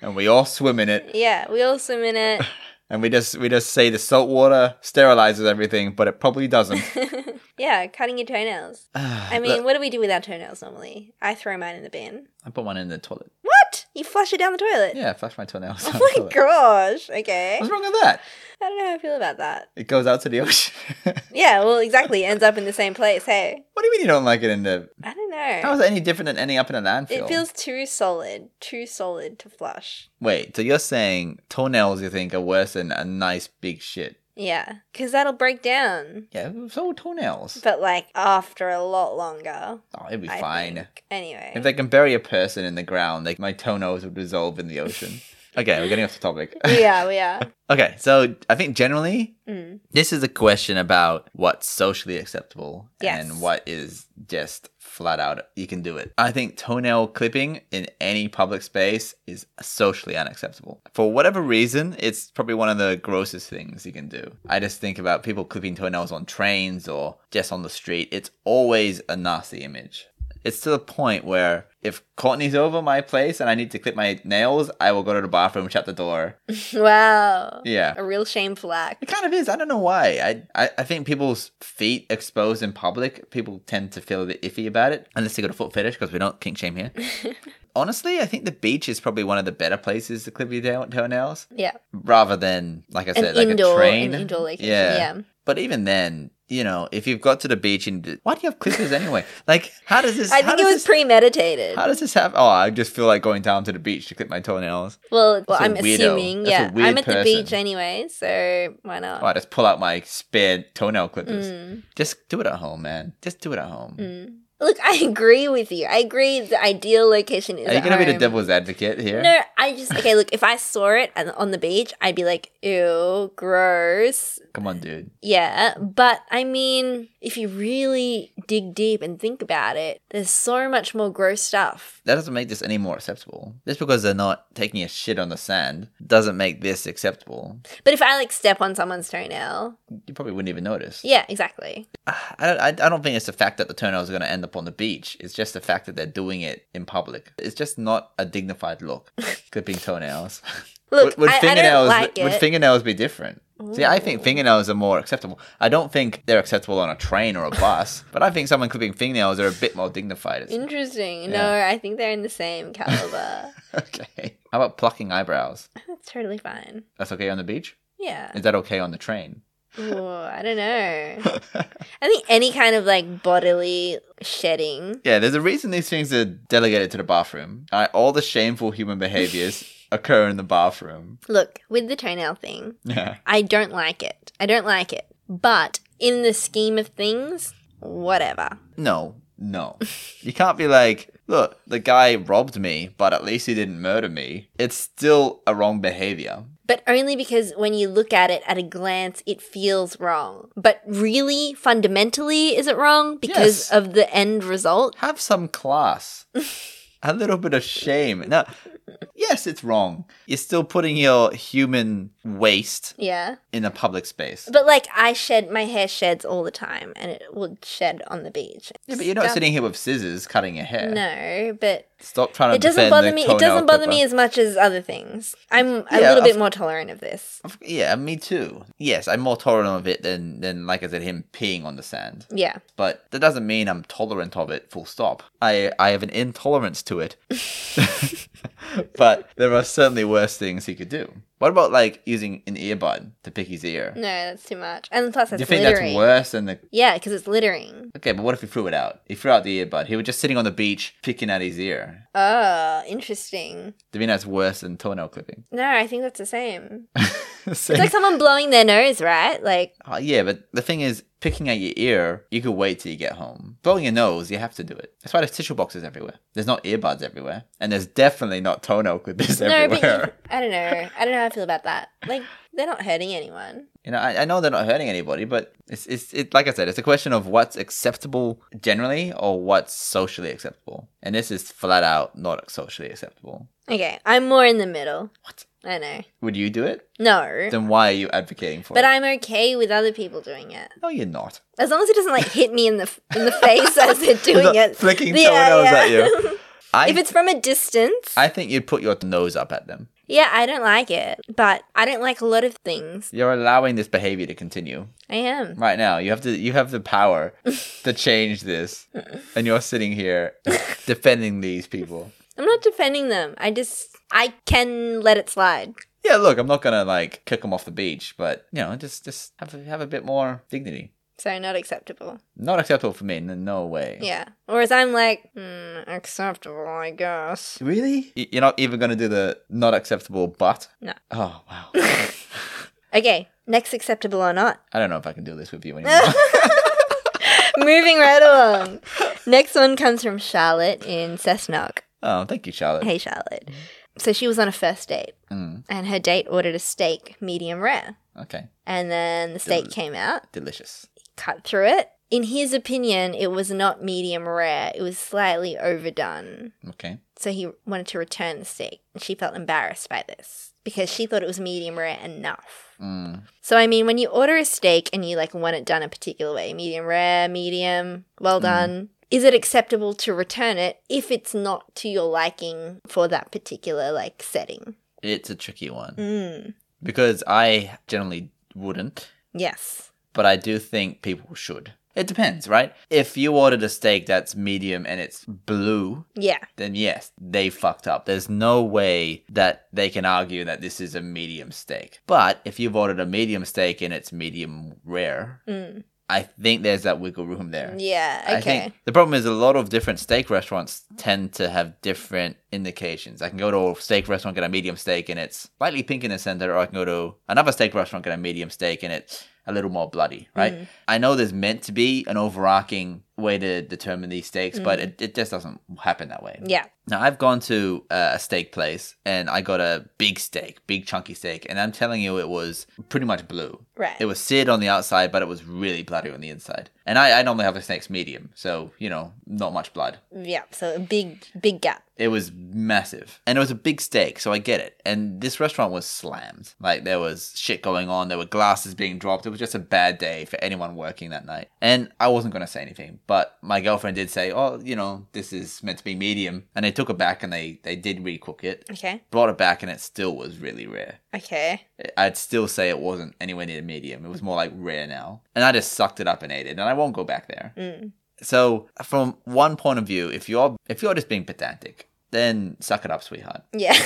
Speaker 1: and we all swim in it,
Speaker 2: Yeah, we all swim in it.
Speaker 1: and we just we just say the salt water sterilizes everything, but it probably doesn't.
Speaker 2: yeah, cutting your toenails. I mean,
Speaker 1: Look,
Speaker 2: what do we do with our toenails normally? I throw mine in the bin.
Speaker 1: I put one in the toilet.
Speaker 2: What? You flush it down the toilet?
Speaker 1: Yeah, flush my toenails. down the
Speaker 2: Oh my
Speaker 1: toilet.
Speaker 2: gosh. Okay.
Speaker 1: What's wrong with that?
Speaker 2: I don't know how I feel about that.
Speaker 1: It goes out to the ocean. what
Speaker 2: Yeah, well, exactly. Ends up in the same place. Hey,
Speaker 1: do you mean you don't like it in the?
Speaker 2: I don't know.
Speaker 1: How is that any different than ending up in a landfill?
Speaker 2: it feels too solid, too solid to flush.
Speaker 1: Wait, so you're saying toenails you think are worse than a nice big shit?
Speaker 2: Yeah, because that'll break down.
Speaker 1: Yeah, so are toenails.
Speaker 2: But like after a lot longer.
Speaker 1: oh, it'd be
Speaker 2: I
Speaker 1: fine.
Speaker 2: think. Anyway.
Speaker 1: If they can bury a person in the ground, like my toenails would dissolve in the ocean. okay, we're getting off the topic.
Speaker 2: we are, we are.
Speaker 1: okay, so I think generally
Speaker 2: Mm.
Speaker 1: this is a question about what's socially acceptable
Speaker 2: Yes.
Speaker 1: and what is just flat out you can do it. I think toenail clipping in any public space is socially unacceptable. For whatever reason, it's probably one of the grossest things you can do. I just think about people clipping toenails on trains or just on the street. It's always a nasty image. It's to the point where if Courtney's over my place and I need to clip my nails, I will go to the bathroom, shut the door.
Speaker 2: Wow.
Speaker 1: Yeah.
Speaker 2: A real shameful
Speaker 1: It
Speaker 2: act.
Speaker 1: kind of is. I don't know why. I, I I think people's feet exposed in public, people tend to feel a bit iffy about it, unless they got a foot fetish because we don't kink shame here. Honestly, I think the beach is probably one of the better places to clip your toe- toenails,
Speaker 2: Yeah.
Speaker 1: rather than like I
Speaker 2: An
Speaker 1: said, like
Speaker 2: indoor,
Speaker 1: a train.
Speaker 2: an indoor location.
Speaker 1: Yeah.
Speaker 2: Yeah.
Speaker 1: But even then, you know, if you've got to the beach and why do you have clippers anyway? Like, how does this?
Speaker 2: I
Speaker 1: how
Speaker 2: think it
Speaker 1: does
Speaker 2: was
Speaker 1: This,
Speaker 2: premeditated.
Speaker 1: how does this happen? Oh, I just feel like going down to the beach to clip my toenails.
Speaker 2: Well, well
Speaker 1: a
Speaker 2: I'm
Speaker 1: weirdo.
Speaker 2: assuming,
Speaker 1: That's a
Speaker 2: yeah.
Speaker 1: weird
Speaker 2: I'm at the
Speaker 1: person.
Speaker 2: beach anyway, so why not?
Speaker 1: Oh, I just pull out my spare toenail clippers.
Speaker 2: Mm,
Speaker 1: Just do it at home, man. Just do it at home.
Speaker 2: mm. Look, I agree with you. I agree. The ideal location is.
Speaker 1: Are you
Speaker 2: at
Speaker 1: gonna be the
Speaker 2: home.
Speaker 1: devil's advocate here?
Speaker 2: No, I just okay. Look, if I saw it and on the beach, I'd be like, "Ew, gross."
Speaker 1: Come on, dude.
Speaker 2: Yeah, but I I mean, if you really dig deep and think about it, there's so much more gross stuff.
Speaker 1: That doesn't make this any more acceptable. Just because they're not taking a shit on the sand doesn't make this acceptable.
Speaker 2: But if I like step on someone's toenail,
Speaker 1: You probably wouldn't even notice.
Speaker 2: yeah, exactly.
Speaker 1: Ah, I don't, I, I don't think it's the fact that the toenails are going to end up on the beach. It's just the fact that they're doing it in public. It's just not a dignified look, clipping toenails.
Speaker 2: Look,
Speaker 1: would, would
Speaker 2: I, I don't
Speaker 1: fingernails
Speaker 2: like
Speaker 1: would
Speaker 2: it.
Speaker 1: fingernails be different? See, I think
Speaker 2: Ooh.
Speaker 1: fingernails are more acceptable. I don't think they're acceptable on a train or a bus, but I think someone clipping fingernails are a bit more dignified. It's-
Speaker 2: Interesting.
Speaker 1: Yeah.
Speaker 2: No, I think they're in the same caliber.
Speaker 1: okay. How about plucking eyebrows?
Speaker 2: That's totally fine.
Speaker 1: That's okay on the beach?
Speaker 2: Yeah.
Speaker 1: Is that okay on the train?
Speaker 2: Ooh, I don't know. I think any kind of like bodily shedding.
Speaker 1: Yeah, there's a reason these things are delegated to the bathroom. All, right, all the shameful human behaviors occur in the bathroom.
Speaker 2: Look, with the toenail thing,
Speaker 1: Yeah.
Speaker 2: I don't like it. I don't like it. But in the scheme of things, whatever.
Speaker 1: No, no. You can't be like, look, the guy robbed me, but at least he didn't murder me. It's still a wrong behavior.
Speaker 2: But only because when you look at it at a glance, it feels wrong. But really, fundamentally, is it wrong? Because
Speaker 1: Yes.
Speaker 2: of the end result?
Speaker 1: Have some class. a little bit of shame. Now, yes, it's wrong. You're still putting your human waste
Speaker 2: Yeah.
Speaker 1: in a public space.
Speaker 2: But like, I shed, my hair sheds all the time and it would shed on the beach.
Speaker 1: Yeah, but you're not
Speaker 2: Stuff-
Speaker 1: sitting here with scissors cutting your hair.
Speaker 2: No, but
Speaker 1: Stop trying to
Speaker 2: it doesn't
Speaker 1: defend
Speaker 2: bother
Speaker 1: the
Speaker 2: me. It
Speaker 1: toenail
Speaker 2: doesn't bother
Speaker 1: clipper.
Speaker 2: me as much as other things. I'm a
Speaker 1: Yeah,
Speaker 2: little
Speaker 1: of-
Speaker 2: bit more tolerant of this.
Speaker 1: Of- Yeah, me too. Yes, I'm more tolerant of it than than like I said, him peeing on the sand.
Speaker 2: Yeah.
Speaker 1: But that doesn't mean I'm tolerant of it. Full stop. I I have an intolerance to it. but there are certainly worse things he could do. What about like using an earbud to pick his ear?
Speaker 2: No, that's too much. And plus,
Speaker 1: do
Speaker 2: Mm, that's
Speaker 1: you think
Speaker 2: littering.
Speaker 1: that's worse than the?
Speaker 2: Yeah, because it's littering.
Speaker 1: Okay, but what if he threw it out? He threw out the earbud. He was just sitting on the beach picking at his ear.
Speaker 2: Oh, interesting.
Speaker 1: Do you think that's worse than toenail clipping?
Speaker 2: No, I think that's the same.
Speaker 1: Same
Speaker 2: It's like someone blowing their nose, right? Like,
Speaker 1: Uh, yeah, but the thing is, picking at your ear, you could wait till you get home. Blowing your nose, you have to do it. That's why there's tissue boxes everywhere. There's not earbuds everywhere, and there's definitely not toenail clippers
Speaker 2: no, but you,
Speaker 1: everywhere.
Speaker 2: I don't know. I don't know how I feel about that. Like, they're not hurting anyone.
Speaker 1: You know, I, I know they're not hurting anybody, but it's it's it, like I said, it's a question of what's acceptable generally or what's socially acceptable, and this is flat out not socially acceptable.
Speaker 2: Okay, I'm more in the middle.
Speaker 1: What?
Speaker 2: I know.
Speaker 1: Would you do it?
Speaker 2: No,
Speaker 1: Then why are you advocating for
Speaker 2: but
Speaker 1: it?
Speaker 2: I'm okay with other people doing it
Speaker 1: no, you're not.
Speaker 2: as long as it doesn't like hit me in the in the face as they're doing it.
Speaker 1: Flicking
Speaker 2: Yeah,
Speaker 1: toenails
Speaker 2: yeah.
Speaker 1: at you. I,
Speaker 2: if it's from a distance,
Speaker 1: I think you'd put your nose up at them.
Speaker 2: yeah, I don't like it. But I don't like a lot of things.
Speaker 1: You're allowing this behavior to continue
Speaker 2: I am.
Speaker 1: right now. You have to. You have the power to change this, and you're sitting here defending these people.
Speaker 2: I'm not defending them. I just I can let it slide.
Speaker 1: Yeah, look, I'm not gonna like kick them off the beach, but you know, just just have a, have a bit more dignity.
Speaker 2: So not acceptable.
Speaker 1: Not acceptable for me. n- No way.
Speaker 2: Yeah. Whereas I'm like, hmm, acceptable, I guess.
Speaker 1: Really? Y- You're not even gonna do the not acceptable, but
Speaker 2: No.
Speaker 1: Oh wow.
Speaker 2: Okay, next acceptable or not.
Speaker 1: I don't know if I can do this with you anymore.
Speaker 2: Moving right along. Next one comes from Charlotte in Cessnock.
Speaker 1: oh, thank you, Charlotte.
Speaker 2: Hey, Charlotte. So she was on a first date,
Speaker 1: Mm,
Speaker 2: and her date ordered a steak, medium rare.
Speaker 1: okay,
Speaker 2: And then the steak came out,
Speaker 1: delicious.
Speaker 2: cut through it. In his opinion, it was not medium rare, it was slightly overdone.
Speaker 1: Okay.
Speaker 2: So he wanted to return the steak, and she felt embarrassed by this because she thought it was medium rare enough.
Speaker 1: Mm,
Speaker 2: So I mean, when you order a steak and you like want it done a particular way, medium rare, medium, well
Speaker 1: Mm.
Speaker 2: done, is it acceptable to return it if it's not to your liking for that particular like setting?
Speaker 1: it's a tricky one.
Speaker 2: Mm.
Speaker 1: because I generally wouldn't,
Speaker 2: Yes.
Speaker 1: but I do think people should. It depends, right? If you ordered a steak that's medium and it's blue,
Speaker 2: Yeah.
Speaker 1: then yes, they fucked up. There's no way that they can argue that this is a medium steak. But if you've ordered a medium steak and it's medium rare,
Speaker 2: Mm.
Speaker 1: I think there's that wiggle room there.
Speaker 2: Yeah.
Speaker 1: I
Speaker 2: Okay.
Speaker 1: think the problem is a lot of different steak restaurants tend to have different indications. I can go to a steak restaurant, get a medium steak, and it's slightly pink in the center, or I can go to another steak
Speaker 2: Mm.
Speaker 1: restaurant, get a medium steak, and it's a little more bloody, right? I know there's meant to be an overarching way to determine these stakes, but it, it just doesn't happen that way.
Speaker 2: Mm. Yeah.
Speaker 1: Now I've gone to uh, a steak place and I got a big steak, big chunky steak, and I'm telling you, it was pretty much blue.
Speaker 2: Right.
Speaker 1: It was seared on the outside, but it was really bloody on the inside. And I, I normally have a snake's medium, so you know, not much blood.
Speaker 2: yeah. So a big, big gap.
Speaker 1: It was massive, and it was a big steak, so I get it. And this restaurant was slammed. Like there was shit going on. There were glasses being dropped. It was just a bad day for anyone working that night. And I wasn't gonna say anything, but my girlfriend did say, "Oh, you know, this is meant to be medium." And they took it back and they they did recook it.
Speaker 2: Okay.
Speaker 1: Brought it back, and it still was really rare.
Speaker 2: Okay.
Speaker 1: I'd still say it wasn't anywhere near medium. It was more like rare now. And I just sucked it up and ate it, and I won't go back there.
Speaker 2: Mm.
Speaker 1: So from one point of view, if you're if you're just being pedantic, then suck it up, sweetheart.
Speaker 2: Yeah.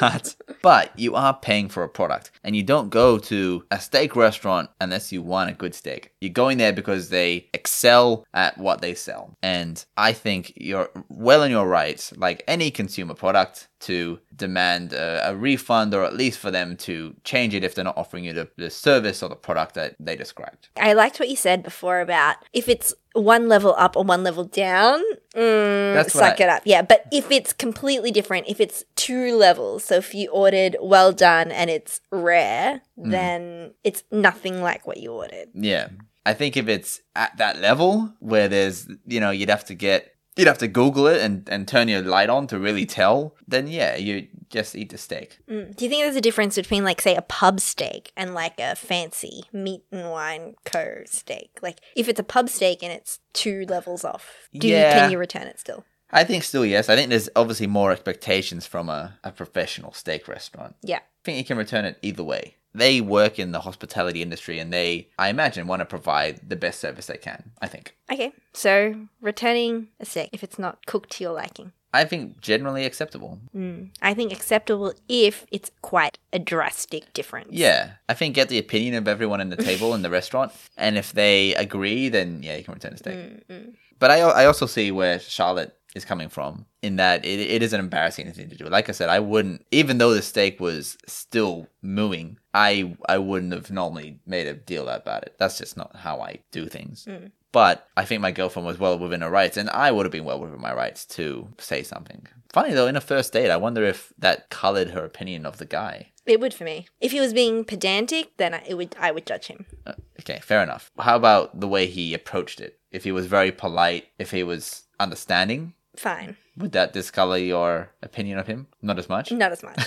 Speaker 1: But but you are paying for a product, and you don't go to a steak restaurant unless you want a good steak. You're going there because they excel at what they sell, and I think you're well in your right, like any consumer product, to demand a, a refund or at least for them to change it if they're not offering you the, the service or the product that they described.
Speaker 2: I liked what you said before about if it's one level up or one level down, mm,
Speaker 1: That's what
Speaker 2: suck
Speaker 1: I-
Speaker 2: it up. Yeah, but if it's completely different, if it's two levels, so if you ordered well done and it's rare,
Speaker 1: Mm.
Speaker 2: then it's nothing like what you ordered.
Speaker 1: Yeah. I think if it's at that level where there's, you know, you'd have to get, you'd have to Google it and, and turn your light on to really tell, then yeah, you just eat the steak.
Speaker 2: Mm. Do you think there's a difference between, like, say, a pub steak and like a fancy meat and wine co steak? Like, if it's a pub steak and it's two levels off, do you,
Speaker 1: Yeah.
Speaker 2: can you return it still?
Speaker 1: I think still, yes. I think there's obviously more expectations from a, a professional steak restaurant.
Speaker 2: Yeah.
Speaker 1: I think you can return it either way. They work in the hospitality industry and they, I imagine, want to provide the best service they can, I think.
Speaker 2: Okay, so returning a steak if it's not cooked to your liking.
Speaker 1: I think generally acceptable.
Speaker 2: Mm. I think acceptable if it's quite a drastic difference.
Speaker 1: Yeah, I think get the opinion of everyone in the table in the restaurant, and if they agree, then yeah, you can return the steak.
Speaker 2: Mm-mm.
Speaker 1: But I, I also see where Charlotte is coming from in that it, it is an embarrassing thing to do. Like I said, I wouldn't, even though the steak was still mooing, I I wouldn't have normally made a deal about it. That's just not how I do things.
Speaker 2: Mm.
Speaker 1: But I think my girlfriend was well within her rights, and I would have been well within my rights to say something. Funny though, in a first date, I wonder if that colored her opinion of the guy.
Speaker 2: It would for me. If he was being pedantic, then I, it would I would judge him.
Speaker 1: Uh, Okay, fair enough. How about the way he approached it? If he was very polite, if he was understanding,
Speaker 2: Fine,
Speaker 1: would that discolor your opinion of him? Not as much.
Speaker 2: not as much.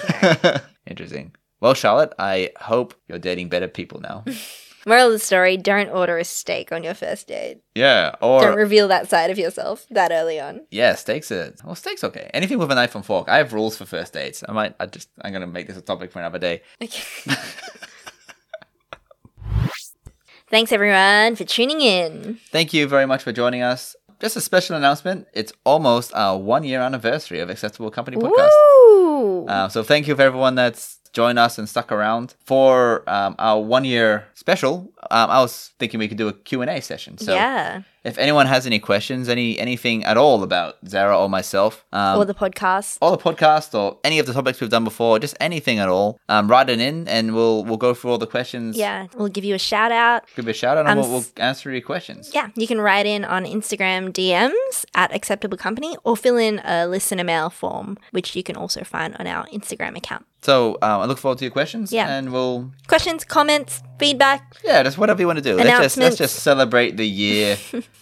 Speaker 2: no.
Speaker 1: Interesting. Well, Charlotte, I hope you're dating better people now.
Speaker 2: Moral of the story: Don't order a steak on your first date.
Speaker 1: yeah,
Speaker 2: Don't
Speaker 1: or
Speaker 2: reveal that side of yourself that early on.
Speaker 1: yeah, steaks are well, steaks okay. Anything with a knife and fork. I have rules for first dates. I might, I just, I'm gonna make this a topic for another day.
Speaker 2: Okay. Thanks everyone for tuning in.
Speaker 1: Thank you very much for joining us. Just a special announcement. It's almost our one year anniversary of Acceptable Company Podcast.
Speaker 2: Woo!
Speaker 1: Uh, so thank you for everyone that's joined us and stuck around for um, our one year special. Um, I was thinking we could do a Q&A session. So
Speaker 2: yeah,
Speaker 1: if anyone has any questions, any anything at all about Zara or myself, um,
Speaker 2: or the podcast.
Speaker 1: or the podcast or any of the topics we've done before, just anything at all, um, write it in and we'll we'll go through all the questions.
Speaker 2: Yeah, we'll give you a shout out.
Speaker 1: Give it a shout out and
Speaker 2: I'm
Speaker 1: we'll, we'll
Speaker 2: s-
Speaker 1: answer your questions.
Speaker 2: Yeah, you can write in on Instagram DMs at Acceptable Company or fill in a listener mail form, which you can also find on our Instagram account.
Speaker 1: So um, I look forward to your questions
Speaker 2: Yeah.
Speaker 1: and we'll,
Speaker 2: Questions, comments, feedback.
Speaker 1: yeah, just whatever you want to do. Let's just, let's
Speaker 2: Announcements.
Speaker 1: just celebrate the year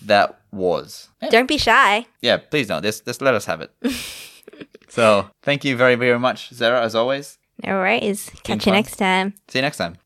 Speaker 1: that was.
Speaker 2: Don't be shy.
Speaker 1: yeah, please don't. Just, just let us have it. so thank you very, very much, Zara, as always.
Speaker 2: No worries. Catch you
Speaker 1: fun.
Speaker 2: next time.
Speaker 1: See you next time.